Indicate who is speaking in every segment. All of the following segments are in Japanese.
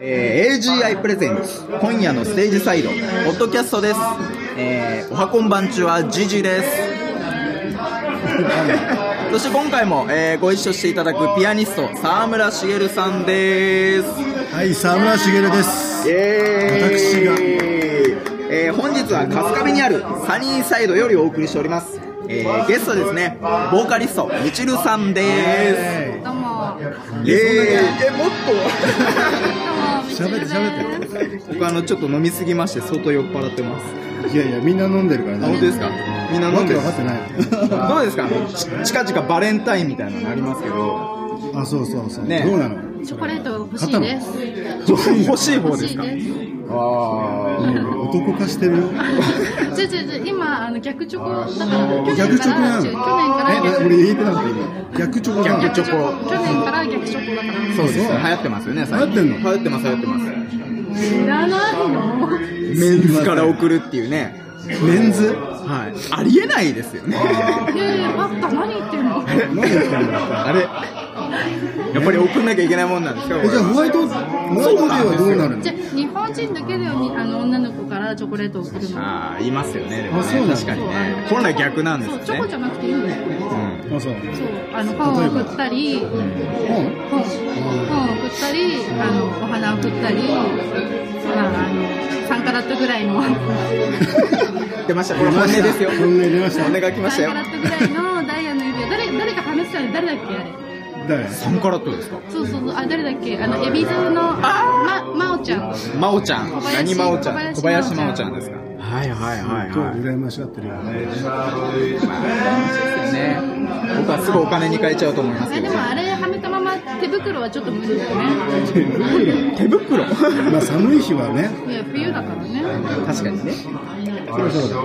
Speaker 1: えー、AGI プレゼンツ今夜のステージサイドポッドキャストです、えー、おはこんばんちはジジです そして今回も、えー、ご一緒していただくピアニスト沢村茂さんです
Speaker 2: はい、沢村茂です。
Speaker 1: 私
Speaker 2: 私
Speaker 1: が
Speaker 2: が、
Speaker 1: えー本日は春日部にあるサニーサイドよりお送りしております、えー、ゲストですねボーカリストみちるさんです
Speaker 2: え
Speaker 3: どうも。どうも、
Speaker 1: えー、えもっ
Speaker 3: みち
Speaker 2: 喋
Speaker 3: る
Speaker 2: って
Speaker 3: です。
Speaker 2: 喋って。
Speaker 1: と 僕あのちょっと飲みすぎまして相当酔っ払ってます
Speaker 2: いやいや、みんな飲んでるから
Speaker 1: あ本当ですかみんな飲んでる
Speaker 2: わけわかってない
Speaker 1: どうですかち近々バレンタインみたいなのありますけど
Speaker 2: あ、そうそうそう。
Speaker 1: ね
Speaker 2: どうなの
Speaker 3: チョコレート欲しいです。
Speaker 1: 欲しい方ですか
Speaker 3: 欲しいで
Speaker 1: あー
Speaker 2: 男化してるよ。
Speaker 3: す。ちょちょちょ今あの逆チョコだから去
Speaker 2: 逆
Speaker 3: 年
Speaker 2: チ
Speaker 3: か
Speaker 2: ョコな
Speaker 3: ら
Speaker 2: の
Speaker 3: ちょ去年から
Speaker 2: え、な
Speaker 3: 逆
Speaker 2: 俺言えてなかった今。逆チョコだ
Speaker 1: 逆チョコ
Speaker 3: 去年から逆チョコだから。
Speaker 1: そうですね流行ってますよね最近
Speaker 2: 流行ってんの
Speaker 1: 流行ってます流行ってます
Speaker 3: 知らないの？
Speaker 1: メンズから送るっていうね
Speaker 2: メンズ
Speaker 1: はいありえないですよね
Speaker 3: いやいやバッタ何言ってんの？
Speaker 2: 何やってんだ
Speaker 1: あれやっぱり送んなきゃいけないもんなんですかこ
Speaker 2: え、
Speaker 1: れ
Speaker 2: じゃあホワイト、ホワイトデーはどうなるの
Speaker 3: じゃ日本人だけでにあの女の子からチョコレートを送るの。
Speaker 1: ああ言いますよねでも
Speaker 2: あそうな
Speaker 1: ね
Speaker 2: んだ
Speaker 1: 確かにね本来逆なんで
Speaker 3: そう
Speaker 1: す
Speaker 3: チョ
Speaker 1: よ
Speaker 3: コじゃ
Speaker 1: ね
Speaker 3: なくていいんだよ。
Speaker 1: うん
Speaker 2: あ、そう。
Speaker 3: そうあのパンを送ったり、本本
Speaker 2: 本
Speaker 3: を送ったり、あのお花を送ったり、まああの三カラットぐらいの。
Speaker 1: 出ましたこれ本音ですよ
Speaker 2: 本音出ました
Speaker 1: 本音が来ましたよ
Speaker 3: 3カラットぐらいのダイヤの指輪誰誰か試したの誰だっけあれ
Speaker 2: 誰
Speaker 1: 3カラットですか
Speaker 3: そうそうそうあ誰だっけあのエビゾのままおちゃん
Speaker 1: 真央ちゃん
Speaker 3: 小林
Speaker 1: 何真央ちゃん小
Speaker 3: 小
Speaker 1: 林
Speaker 3: 林
Speaker 1: 真
Speaker 3: 真
Speaker 1: 央
Speaker 3: 央
Speaker 1: ち
Speaker 3: ち
Speaker 1: ゃ
Speaker 3: ゃ
Speaker 1: ん
Speaker 3: ん
Speaker 1: ですかはいはいはい
Speaker 2: 今日羨ましがってるよ。
Speaker 1: ね僕はすぐお金に変えちゃうと思います
Speaker 3: え
Speaker 1: けど
Speaker 3: でもあれはめたまま手袋はちょっと無理だよね
Speaker 1: 手袋
Speaker 2: まあ寒い日はね、
Speaker 3: いや冬だからね
Speaker 1: 確かにね
Speaker 2: そろそろ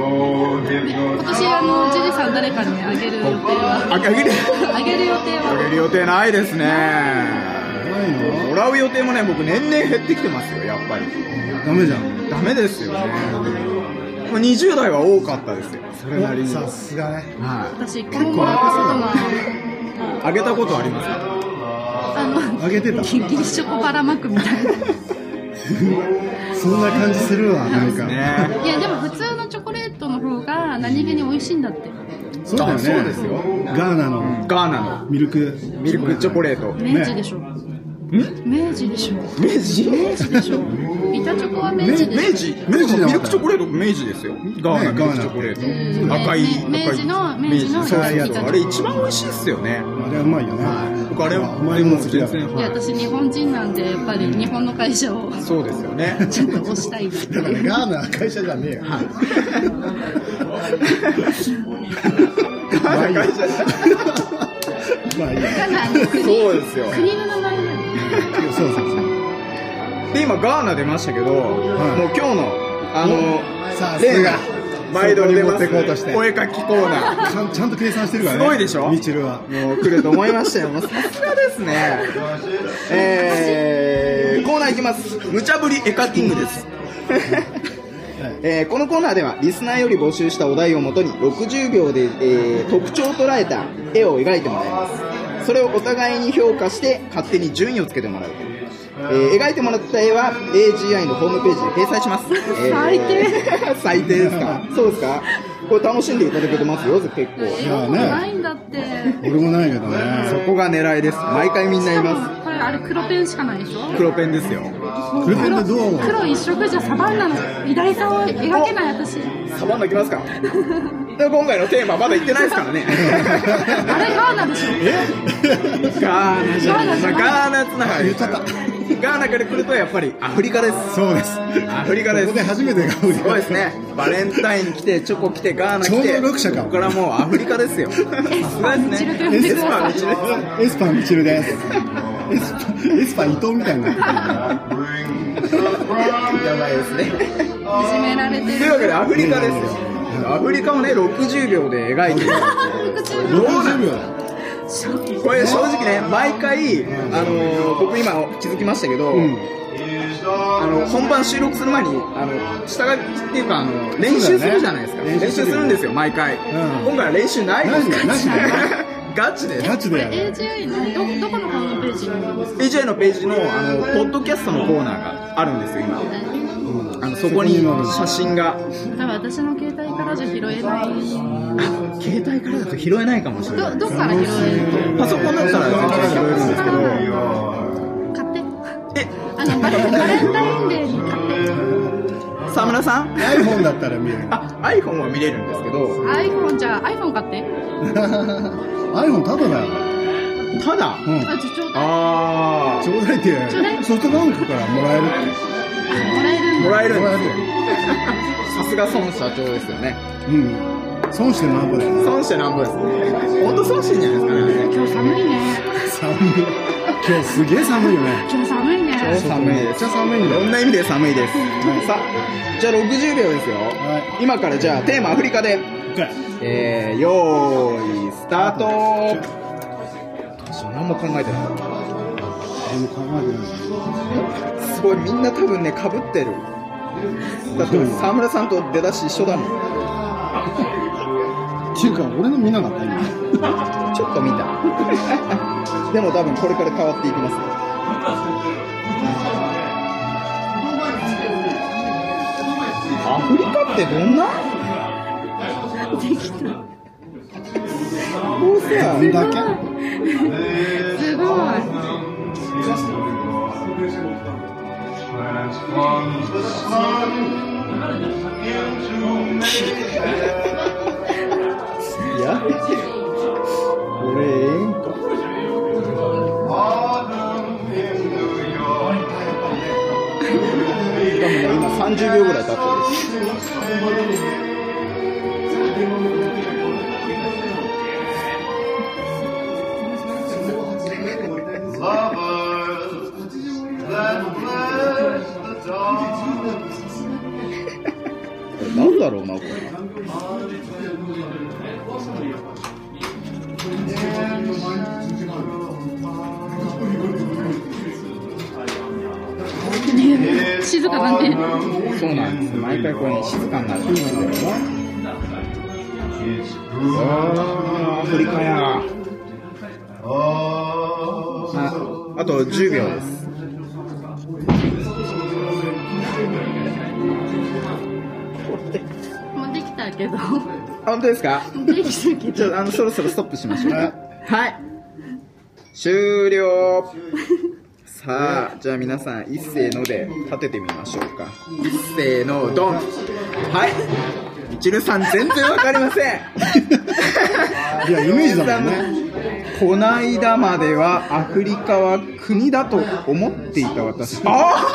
Speaker 3: 今年あのジジさん誰かにあげる予定
Speaker 1: あ
Speaker 3: は
Speaker 1: あげる
Speaker 3: あげる予定
Speaker 1: あげ
Speaker 3: は
Speaker 1: る予定ないですね
Speaker 2: ないの
Speaker 1: もらう予定もね僕年々減ってきてますよやっぱり
Speaker 2: ダメじゃん。
Speaker 1: ダメですよねもう20代は多かったですよそれなりに
Speaker 2: さすがね。
Speaker 1: はい
Speaker 3: 私一個ももらったことない
Speaker 1: あげたことありますか
Speaker 3: あの
Speaker 2: あげてた。
Speaker 3: ギリギリチョコばらまくみ たいな
Speaker 2: そんな感じするわ、なんか。
Speaker 1: ね
Speaker 3: いやでも普通のチョコレートの方が何気に美味しいんだって
Speaker 2: そうだよね。
Speaker 1: あそうですよ
Speaker 2: ガーナの
Speaker 1: ガーナ
Speaker 2: ミルク。
Speaker 1: のミルクチョコレート
Speaker 3: 明治でしょ、明治でしょ
Speaker 1: 明治
Speaker 3: 明治でしょ板チョコは明治でしょ
Speaker 1: 明治
Speaker 2: 明治だ
Speaker 1: ミルクチョコレートも明治ですよガーナミルクチョコレー
Speaker 3: うん
Speaker 1: ト赤い
Speaker 3: ね
Speaker 1: 赤い
Speaker 3: 明治の明治の
Speaker 1: そうそう
Speaker 2: そう
Speaker 1: そうあれ一番美味しいっすよね
Speaker 2: あれはうまいよね。
Speaker 1: 僕あれは
Speaker 2: お前も好きだ。
Speaker 3: いや私日本人なんでやっぱり日本の会社を
Speaker 1: そうですよ ね
Speaker 3: ちょっと押したいです
Speaker 2: だからガーナは会社じゃねえよ。
Speaker 1: ガーナ会社
Speaker 2: まあいいや。
Speaker 3: ガーナの国
Speaker 1: そうですよ
Speaker 3: 国の名前なの
Speaker 2: そうそうそう。
Speaker 1: で今ガーナ出ましたけど、
Speaker 2: い
Speaker 1: もう今日のあ
Speaker 2: さ
Speaker 1: の
Speaker 2: すが
Speaker 1: 例が毎度出ま
Speaker 2: そこに持っ
Speaker 1: す
Speaker 2: てこうとして
Speaker 1: お絵かきコーナー
Speaker 2: ちゃんちゃんと計算してるから
Speaker 1: す
Speaker 2: ね。
Speaker 1: ごいでしょ
Speaker 2: みちるは。
Speaker 1: もう来ると思いましたよもうさすがですねえー、コーナーいきます無茶ぶり絵描きング ですえーこのコーナーではリスナーより募集したお題をもとに60秒で、えー特徴を捉えた絵を描いてもらいますそれをお互いに評価して勝手に順位をつけてもらう、えー描いてもらった絵は AGI のホームページで掲載します、えー
Speaker 3: 最
Speaker 1: 低最低です かそうですかこれ楽しんでいただけてますよ結構
Speaker 3: 英語もないんだって
Speaker 2: 俺もないけど
Speaker 1: そ
Speaker 2: ね。
Speaker 1: こが狙いです毎回みんな
Speaker 3: し
Speaker 1: い
Speaker 3: か
Speaker 1: ま
Speaker 3: もこれあれ黒ペンしかないでしょ
Speaker 1: す黒ペンですよ
Speaker 2: クルペンでどう思う
Speaker 3: 黒一色じゃサバンナの偉大さを描けない私
Speaker 1: サバンナき ますかでも今回のテーマまだ言ってないですからね
Speaker 3: あれガーナでしょ
Speaker 1: ガーナじゃない、まあ、ガーナつながり
Speaker 2: 言っちゃった
Speaker 1: ガーナから来るとやっぱりアフリカです
Speaker 2: そうです。
Speaker 1: アフリカです
Speaker 2: ここで初めてがアフリカ。
Speaker 1: そうですねバレンタイン来てチョコ来てガーナ来て
Speaker 2: ちょうど六社か
Speaker 1: ここからもうアフリカですよさすがですね
Speaker 3: エスパー
Speaker 1: エ
Speaker 3: み
Speaker 1: ス
Speaker 3: ち
Speaker 1: パーみ
Speaker 3: る
Speaker 1: ちる
Speaker 2: エスパーみちるです。エスパー、エスパー伊藤みたいになってる。
Speaker 1: やばいですね
Speaker 3: いじめられて
Speaker 1: と
Speaker 3: る
Speaker 1: いうわけでアフリカですよアフリカをね60秒で描いてる
Speaker 3: 60
Speaker 1: どうなん
Speaker 2: 60秒
Speaker 1: これ正直ね毎回あのー僕今気づきましたけど、
Speaker 2: ん
Speaker 1: あの本番収録する前にあの下書きっていうかあの練習するじゃないですか、
Speaker 2: そうだ
Speaker 1: 練
Speaker 2: ね
Speaker 1: 習するんですよ毎回、
Speaker 2: ん
Speaker 1: 今回は練習ないです
Speaker 2: ないねないね
Speaker 1: ガチで
Speaker 2: ガチでやる。
Speaker 3: AGI のどどこのホームページにあるんですか
Speaker 1: AJ のページのあのポッドキャストのコーナーがあるんですよ今あのそこに写真が
Speaker 3: 多分私の携帯からじゃ拾えない
Speaker 1: あ携帯からだと拾えないかもしれない
Speaker 3: どどっから拾える
Speaker 1: パソコンだったら全然拾えるんですけど
Speaker 3: 買って
Speaker 1: え
Speaker 3: あのバレバレンタインデーに買って
Speaker 1: 沢村さん
Speaker 2: iPhone だったら見える。
Speaker 1: あ iPhone は見れるんですけど
Speaker 3: iPhone じゃあ iPhone 買って
Speaker 2: iPhone ただだよ。
Speaker 1: ただ
Speaker 2: うん。
Speaker 3: あじゃあちょうだい
Speaker 1: あ
Speaker 2: ちょうだいって
Speaker 3: ちょうだい
Speaker 2: ソフトバンクからもらえるっ
Speaker 3: もらえる
Speaker 1: あ
Speaker 3: ん
Speaker 1: も
Speaker 3: だ
Speaker 1: らえ
Speaker 2: て。
Speaker 1: るん
Speaker 2: もら
Speaker 1: で
Speaker 2: えるよ。
Speaker 1: すさすが孫社長ですよね
Speaker 2: うん。損してなんぼだよ ね。
Speaker 1: 孫社なんぼですね本当孫社じゃないですかねあれね
Speaker 3: 今日寒いね
Speaker 2: 寒い。今日すげえ寒いよね。
Speaker 3: 今日寒い
Speaker 1: 超
Speaker 3: ね
Speaker 1: 寒いです
Speaker 2: めっちゃ寒いん
Speaker 1: い
Speaker 2: だ
Speaker 1: ろ
Speaker 2: よ。
Speaker 1: んな意味で寒いですさあじゃあ60秒ですよ
Speaker 2: は
Speaker 1: 今からじゃあテーマアフリカでえー、よーいスタートどうしよう何も考えてな
Speaker 2: でも考えてない。
Speaker 1: いすごいみんな多分ねかぶってるだって沢村さんと出だし一緒だもん
Speaker 2: っていうか、俺の見なかった今。
Speaker 1: ちょっと見た でも多分これから変わっていきますよアフリカってどんな
Speaker 3: 適当
Speaker 1: こうさ
Speaker 2: どんだけ
Speaker 3: すごい
Speaker 1: いやべえこれええんかでもね今30秒ぐらい経ったですこれなんだろうなこれ
Speaker 3: ね静かだね
Speaker 1: そうなんです毎回これね静かになるんですよあーアフリカやああと10秒です
Speaker 3: もうできたけど
Speaker 1: 本当ですか
Speaker 3: できたけ
Speaker 1: じ
Speaker 3: ど
Speaker 1: ゃああのそろそろストップしましょうかはい終了さあじゃあ皆さん一斉ので立ててみましょうか一斉のドンはいみちるさん全然わかりません
Speaker 2: いや、イメージだもんね。
Speaker 1: こないだまではアフリカは国だと思っていた私あ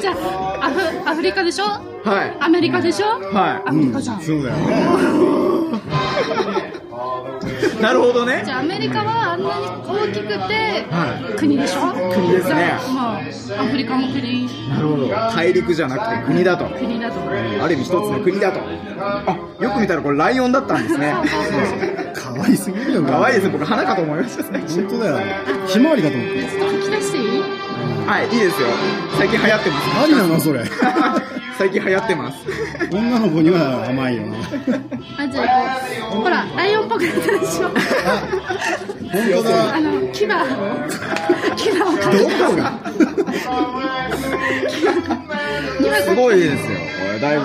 Speaker 3: じゃあアフアフリカでしょ
Speaker 1: あはい
Speaker 3: アメリカでしょ
Speaker 1: は
Speaker 3: アフリカじゃん、
Speaker 2: そうだよね。
Speaker 1: いなるほどね
Speaker 3: じゃあアメリカはあんなに大きくて、
Speaker 1: は
Speaker 3: 国でしょ
Speaker 1: 国ですね
Speaker 3: じゃあまあアフリカも国
Speaker 1: なるほど大陸じゃなくて国だと
Speaker 3: 国だと思う
Speaker 1: ある意味一つの国だとあよく見たらこれライオンだったんです ね
Speaker 2: 可愛すぎるよね。
Speaker 1: 可愛いですね僕花かと思いましたね
Speaker 2: 本当だよ。ひまわりかと思った。
Speaker 3: 書き出していい
Speaker 1: はいいいですよ最近流行ってま
Speaker 2: ありなのそれ。
Speaker 1: す 最近流行ってます
Speaker 2: 女の子には甘いよな。
Speaker 3: あじゃあこうほらライオンっぽくなったでしょ
Speaker 2: 本当
Speaker 3: あ
Speaker 2: だ。
Speaker 3: の牙を牙を
Speaker 1: ど
Speaker 3: か
Speaker 1: こが
Speaker 3: 今
Speaker 1: すごいですよこれだいぶ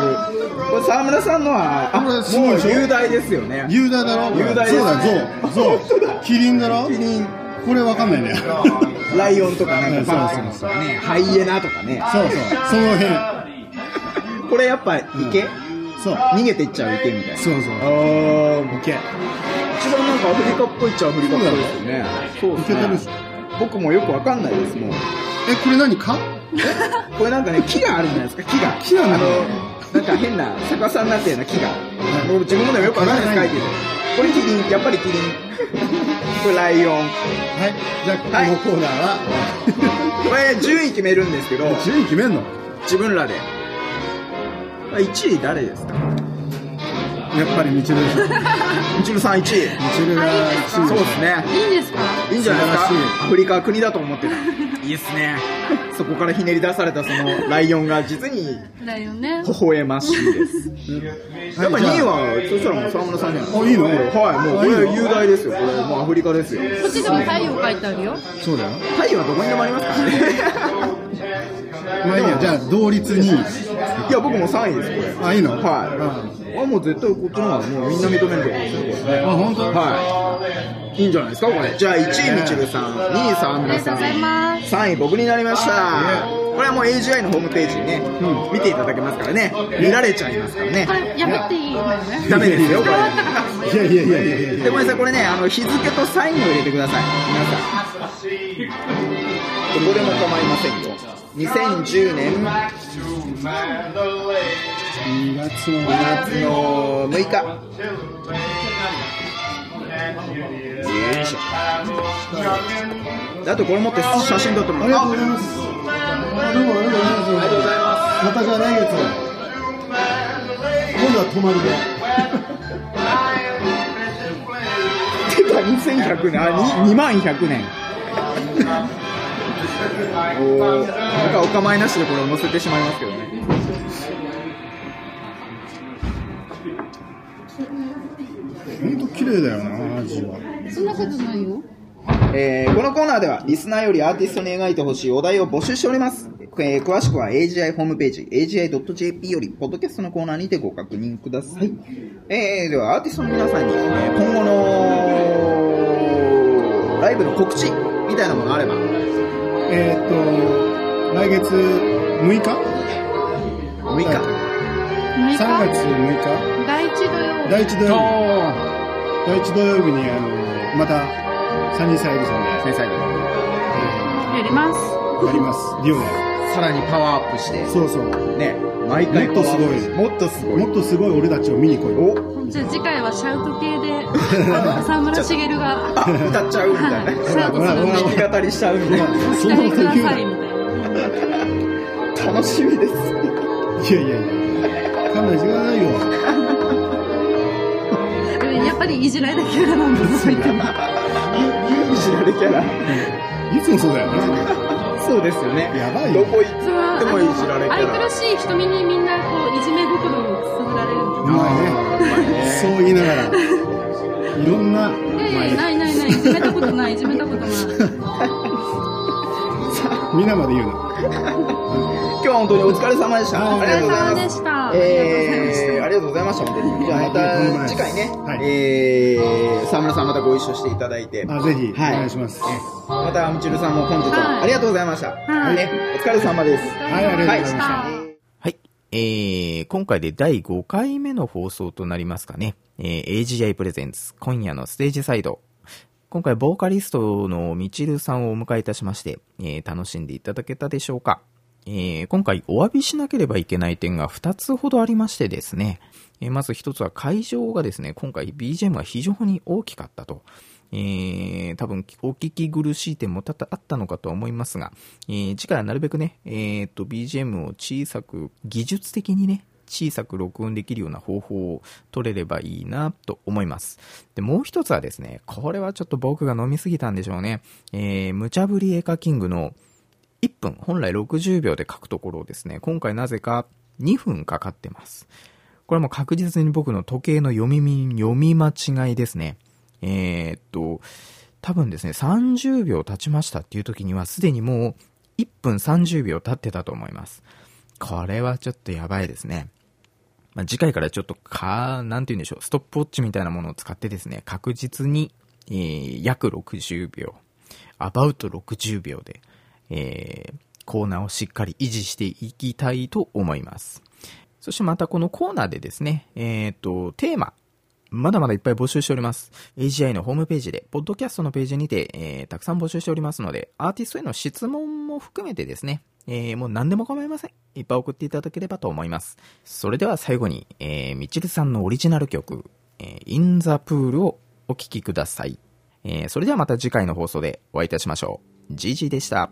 Speaker 1: これ沢村さんのはあ
Speaker 2: こ
Speaker 1: もう
Speaker 2: れすごいでしょ
Speaker 1: 雄大ですよね
Speaker 2: 雄大だろ
Speaker 1: 雄大です
Speaker 2: そうだ、象。
Speaker 1: 本当だ
Speaker 2: 象。キリンだろキリン。これわかんないんだよ。
Speaker 1: ライオンとかなんかバ
Speaker 2: そうそう
Speaker 1: ーとかねハイエナとかね
Speaker 2: そうそう。その辺。
Speaker 1: これやっぱ池、
Speaker 2: そう。
Speaker 1: 逃げていっちゃう池みたいな
Speaker 2: そうそう
Speaker 1: ああもう
Speaker 2: 池。
Speaker 1: 一番なんかアフリカっぽいっちゃアフリカっぽいですよねそう
Speaker 2: いけてるし。
Speaker 1: 僕もよくわかんないですもう
Speaker 2: え、これ何か
Speaker 1: これなんかね木があるじゃないですか木が
Speaker 2: 木なの
Speaker 1: あのなんか変な逆さになったような木が俺自分でもよくわかんないです書いてるこれキリンやっぱりキリン これライオン
Speaker 2: はい。じゃあ、こ
Speaker 1: はい
Speaker 2: のコーナーは、
Speaker 1: これ順位決めるんですけど
Speaker 2: 順位決めんの
Speaker 1: 自分らで1位誰ですか
Speaker 2: うやっぱりみちるでしょ。み
Speaker 1: みちるさん1位
Speaker 2: ちるが
Speaker 3: あいいですか
Speaker 2: 1位
Speaker 1: そうですね
Speaker 3: いいんですか
Speaker 1: いいんじゃないですか
Speaker 2: 素晴らしい
Speaker 1: アフリカは国だと思ってるいいっすねそこからひねり出されたそのライオンが実に
Speaker 3: だよね
Speaker 1: 微笑ましいですやっぱ2位はそしたらもう沢村さんじゃないですか
Speaker 2: あいいの
Speaker 1: はいもうこれ雄大ですよこれもうアフリカですよ
Speaker 3: こっちでも太陽描いてあるよ
Speaker 2: そうだよ。
Speaker 1: 太陽はどこにでもありますからね
Speaker 2: まあいいや、じゃあ同率2位。
Speaker 1: いや僕も3位ですこ
Speaker 2: あ、いいの
Speaker 1: れ
Speaker 2: うん
Speaker 1: はいあもう絶対こっちの方がもうみんな認めると思うんですよこれ
Speaker 2: あ、本当。
Speaker 1: はいいいんじゃないですかこれじゃあ1位みちるさん2位沢
Speaker 3: あり
Speaker 1: 村
Speaker 3: がとう
Speaker 1: さ
Speaker 3: ござい
Speaker 1: ん
Speaker 3: ます
Speaker 1: 3位僕になりましたこれはもう AGI のホームページにね、見ていただけますからね見られちゃいますからね
Speaker 3: これやめていいのよね
Speaker 1: ダメですよこ
Speaker 3: 伝わった
Speaker 1: れ
Speaker 3: かと思いま
Speaker 2: い
Speaker 3: す
Speaker 2: やいやいやいやいやい
Speaker 1: で
Speaker 2: や。
Speaker 1: ごめんなさいこれねあの日付とサインを入れてください皆さんどこでも構いませんよ2010年
Speaker 2: 2月の
Speaker 1: 夏の6日よいしょであとこれ持って写真撮っても
Speaker 2: あ
Speaker 1: ら
Speaker 2: り
Speaker 1: う
Speaker 2: がとうございます。あどうもありがとうございます。
Speaker 1: ありがとうございます
Speaker 2: またじゃあ来月。今度は泊まるで。
Speaker 1: 出た2100年あに2万100年 おーなんかお構いなしでこれを載せてしまいますけどね
Speaker 2: 本当綺麗だよな、アジは。
Speaker 3: そんなことないよ
Speaker 1: えーこのコーナーではリスナーよりアーティストに描いてほしいお題を募集しております、えー詳しくは AGI ホームページ AGI.jp よりポッドキャストのコーナーにてご確認ください、えーではアーティストの皆さんに、えー今後のライブの告知みたいなものがあれば
Speaker 2: えーっと、来月6日
Speaker 1: 6日
Speaker 3: 6
Speaker 2: ?3 月
Speaker 3: 日
Speaker 2: 6日
Speaker 3: 第一土曜
Speaker 2: 第一土曜日第一土曜日にあのまた三人サイドさんで、
Speaker 1: 天才が
Speaker 3: やります
Speaker 2: えーやりますデュオで
Speaker 1: さらにパワーアップして
Speaker 2: そうそう
Speaker 1: ね毎回
Speaker 2: もっとすごい
Speaker 1: もっとすごい
Speaker 2: もっとすごい俺たちを見に来い
Speaker 1: お
Speaker 3: じゃあ次回はシャウト系であ の沢村茂が
Speaker 1: あ歌っちゃうみたい な
Speaker 3: はいシャウ
Speaker 2: ほらほ
Speaker 3: トするんで
Speaker 2: らほら
Speaker 1: 弾き語りしちゃうみたい
Speaker 3: ご期待くださいみたい
Speaker 1: な
Speaker 3: な
Speaker 1: 楽しみです
Speaker 2: いやいやいや勘弁してくださいよ
Speaker 3: でもやっぱりいじられたキャラなんです
Speaker 1: い
Speaker 3: よ
Speaker 1: じられキャラ
Speaker 2: いつもそうだよね
Speaker 1: そうですよね
Speaker 2: やばいよ
Speaker 1: どこ行
Speaker 3: それは
Speaker 1: ってもいじられキ
Speaker 3: 愛
Speaker 1: ャ
Speaker 3: く
Speaker 1: ラ
Speaker 3: るしい瞳にみんなこういじめ心をくすぐられる
Speaker 2: お前ねそう言いながらいろんな
Speaker 3: ええないないないいじめたことないいじめたことない
Speaker 2: みんなまで言うな
Speaker 1: 今日は本当にお疲れ様でした
Speaker 2: あー
Speaker 1: ありがとうござい
Speaker 3: お
Speaker 1: ま
Speaker 3: 疲れ様ですした
Speaker 1: えーありがとうございました本当にじゃあまた次回ね
Speaker 2: はい
Speaker 1: えー沢村さんまたご一緒していただいて
Speaker 2: あぜひお
Speaker 1: はい
Speaker 2: 願いします、
Speaker 1: またみちるさんも本日はありがとうございました
Speaker 3: はい
Speaker 1: ねお疲れ様です
Speaker 2: はいありがとうございました、
Speaker 3: はい
Speaker 4: はい。えー、今回で第5回目の放送となりますかね。えー、AGI プレゼンツ、今夜のステージサイド。今回、ボーカリストのみちるさんをお迎えいたしまして、えー楽しんでいただけたでしょうか。えー今回、お詫びしなければいけない点が2つほどありましてですね。えーまず1つは会場がですね、今回 BGM が非常に大きかったと。えー多分お聞き苦しい点も多々あったのかとは思いますが、えー次回はなるべくね、えーっと BGM を小さく、技術的にね、小さく録音できるような方法を取れればいいなと思います。で、もう一つはですね、これはちょっと僕が飲みすぎたんでしょうね。えー、無茶ぶりエカキングの1分、本来60秒で書くところをですね、今回なぜか2分かかってます。これはもう確実に僕の時計の読みみ、読み間違いですね。えーっと、多分ですね、30秒経ちましたっていう時には、すでにもう1分30秒経ってたと思います。これはちょっとやばいですね。まあ、次回からちょっとか、なんて言うんでしょう、ストップウォッチみたいなものを使ってですね、確実に、えー約60秒、アバウト60秒で、えーコーナーをしっかり維持していきたいと思います。そしてまたこのコーナーでですね、えっ、と、テーマ、まだまだいっぱい募集しております。AGI のホームページで、ポッドキャストのページにて、えーたくさん募集しておりますので、アーティストへの質問も含めてですね、えーもう何でも構いません。いっぱい送っていただければと思います。それでは最後に、えー、みちるさんのオリジナル曲、えー、In the Pool をお聴きください。えーそれではまた次回の放送でお会いいたしましょう。ジージーでした。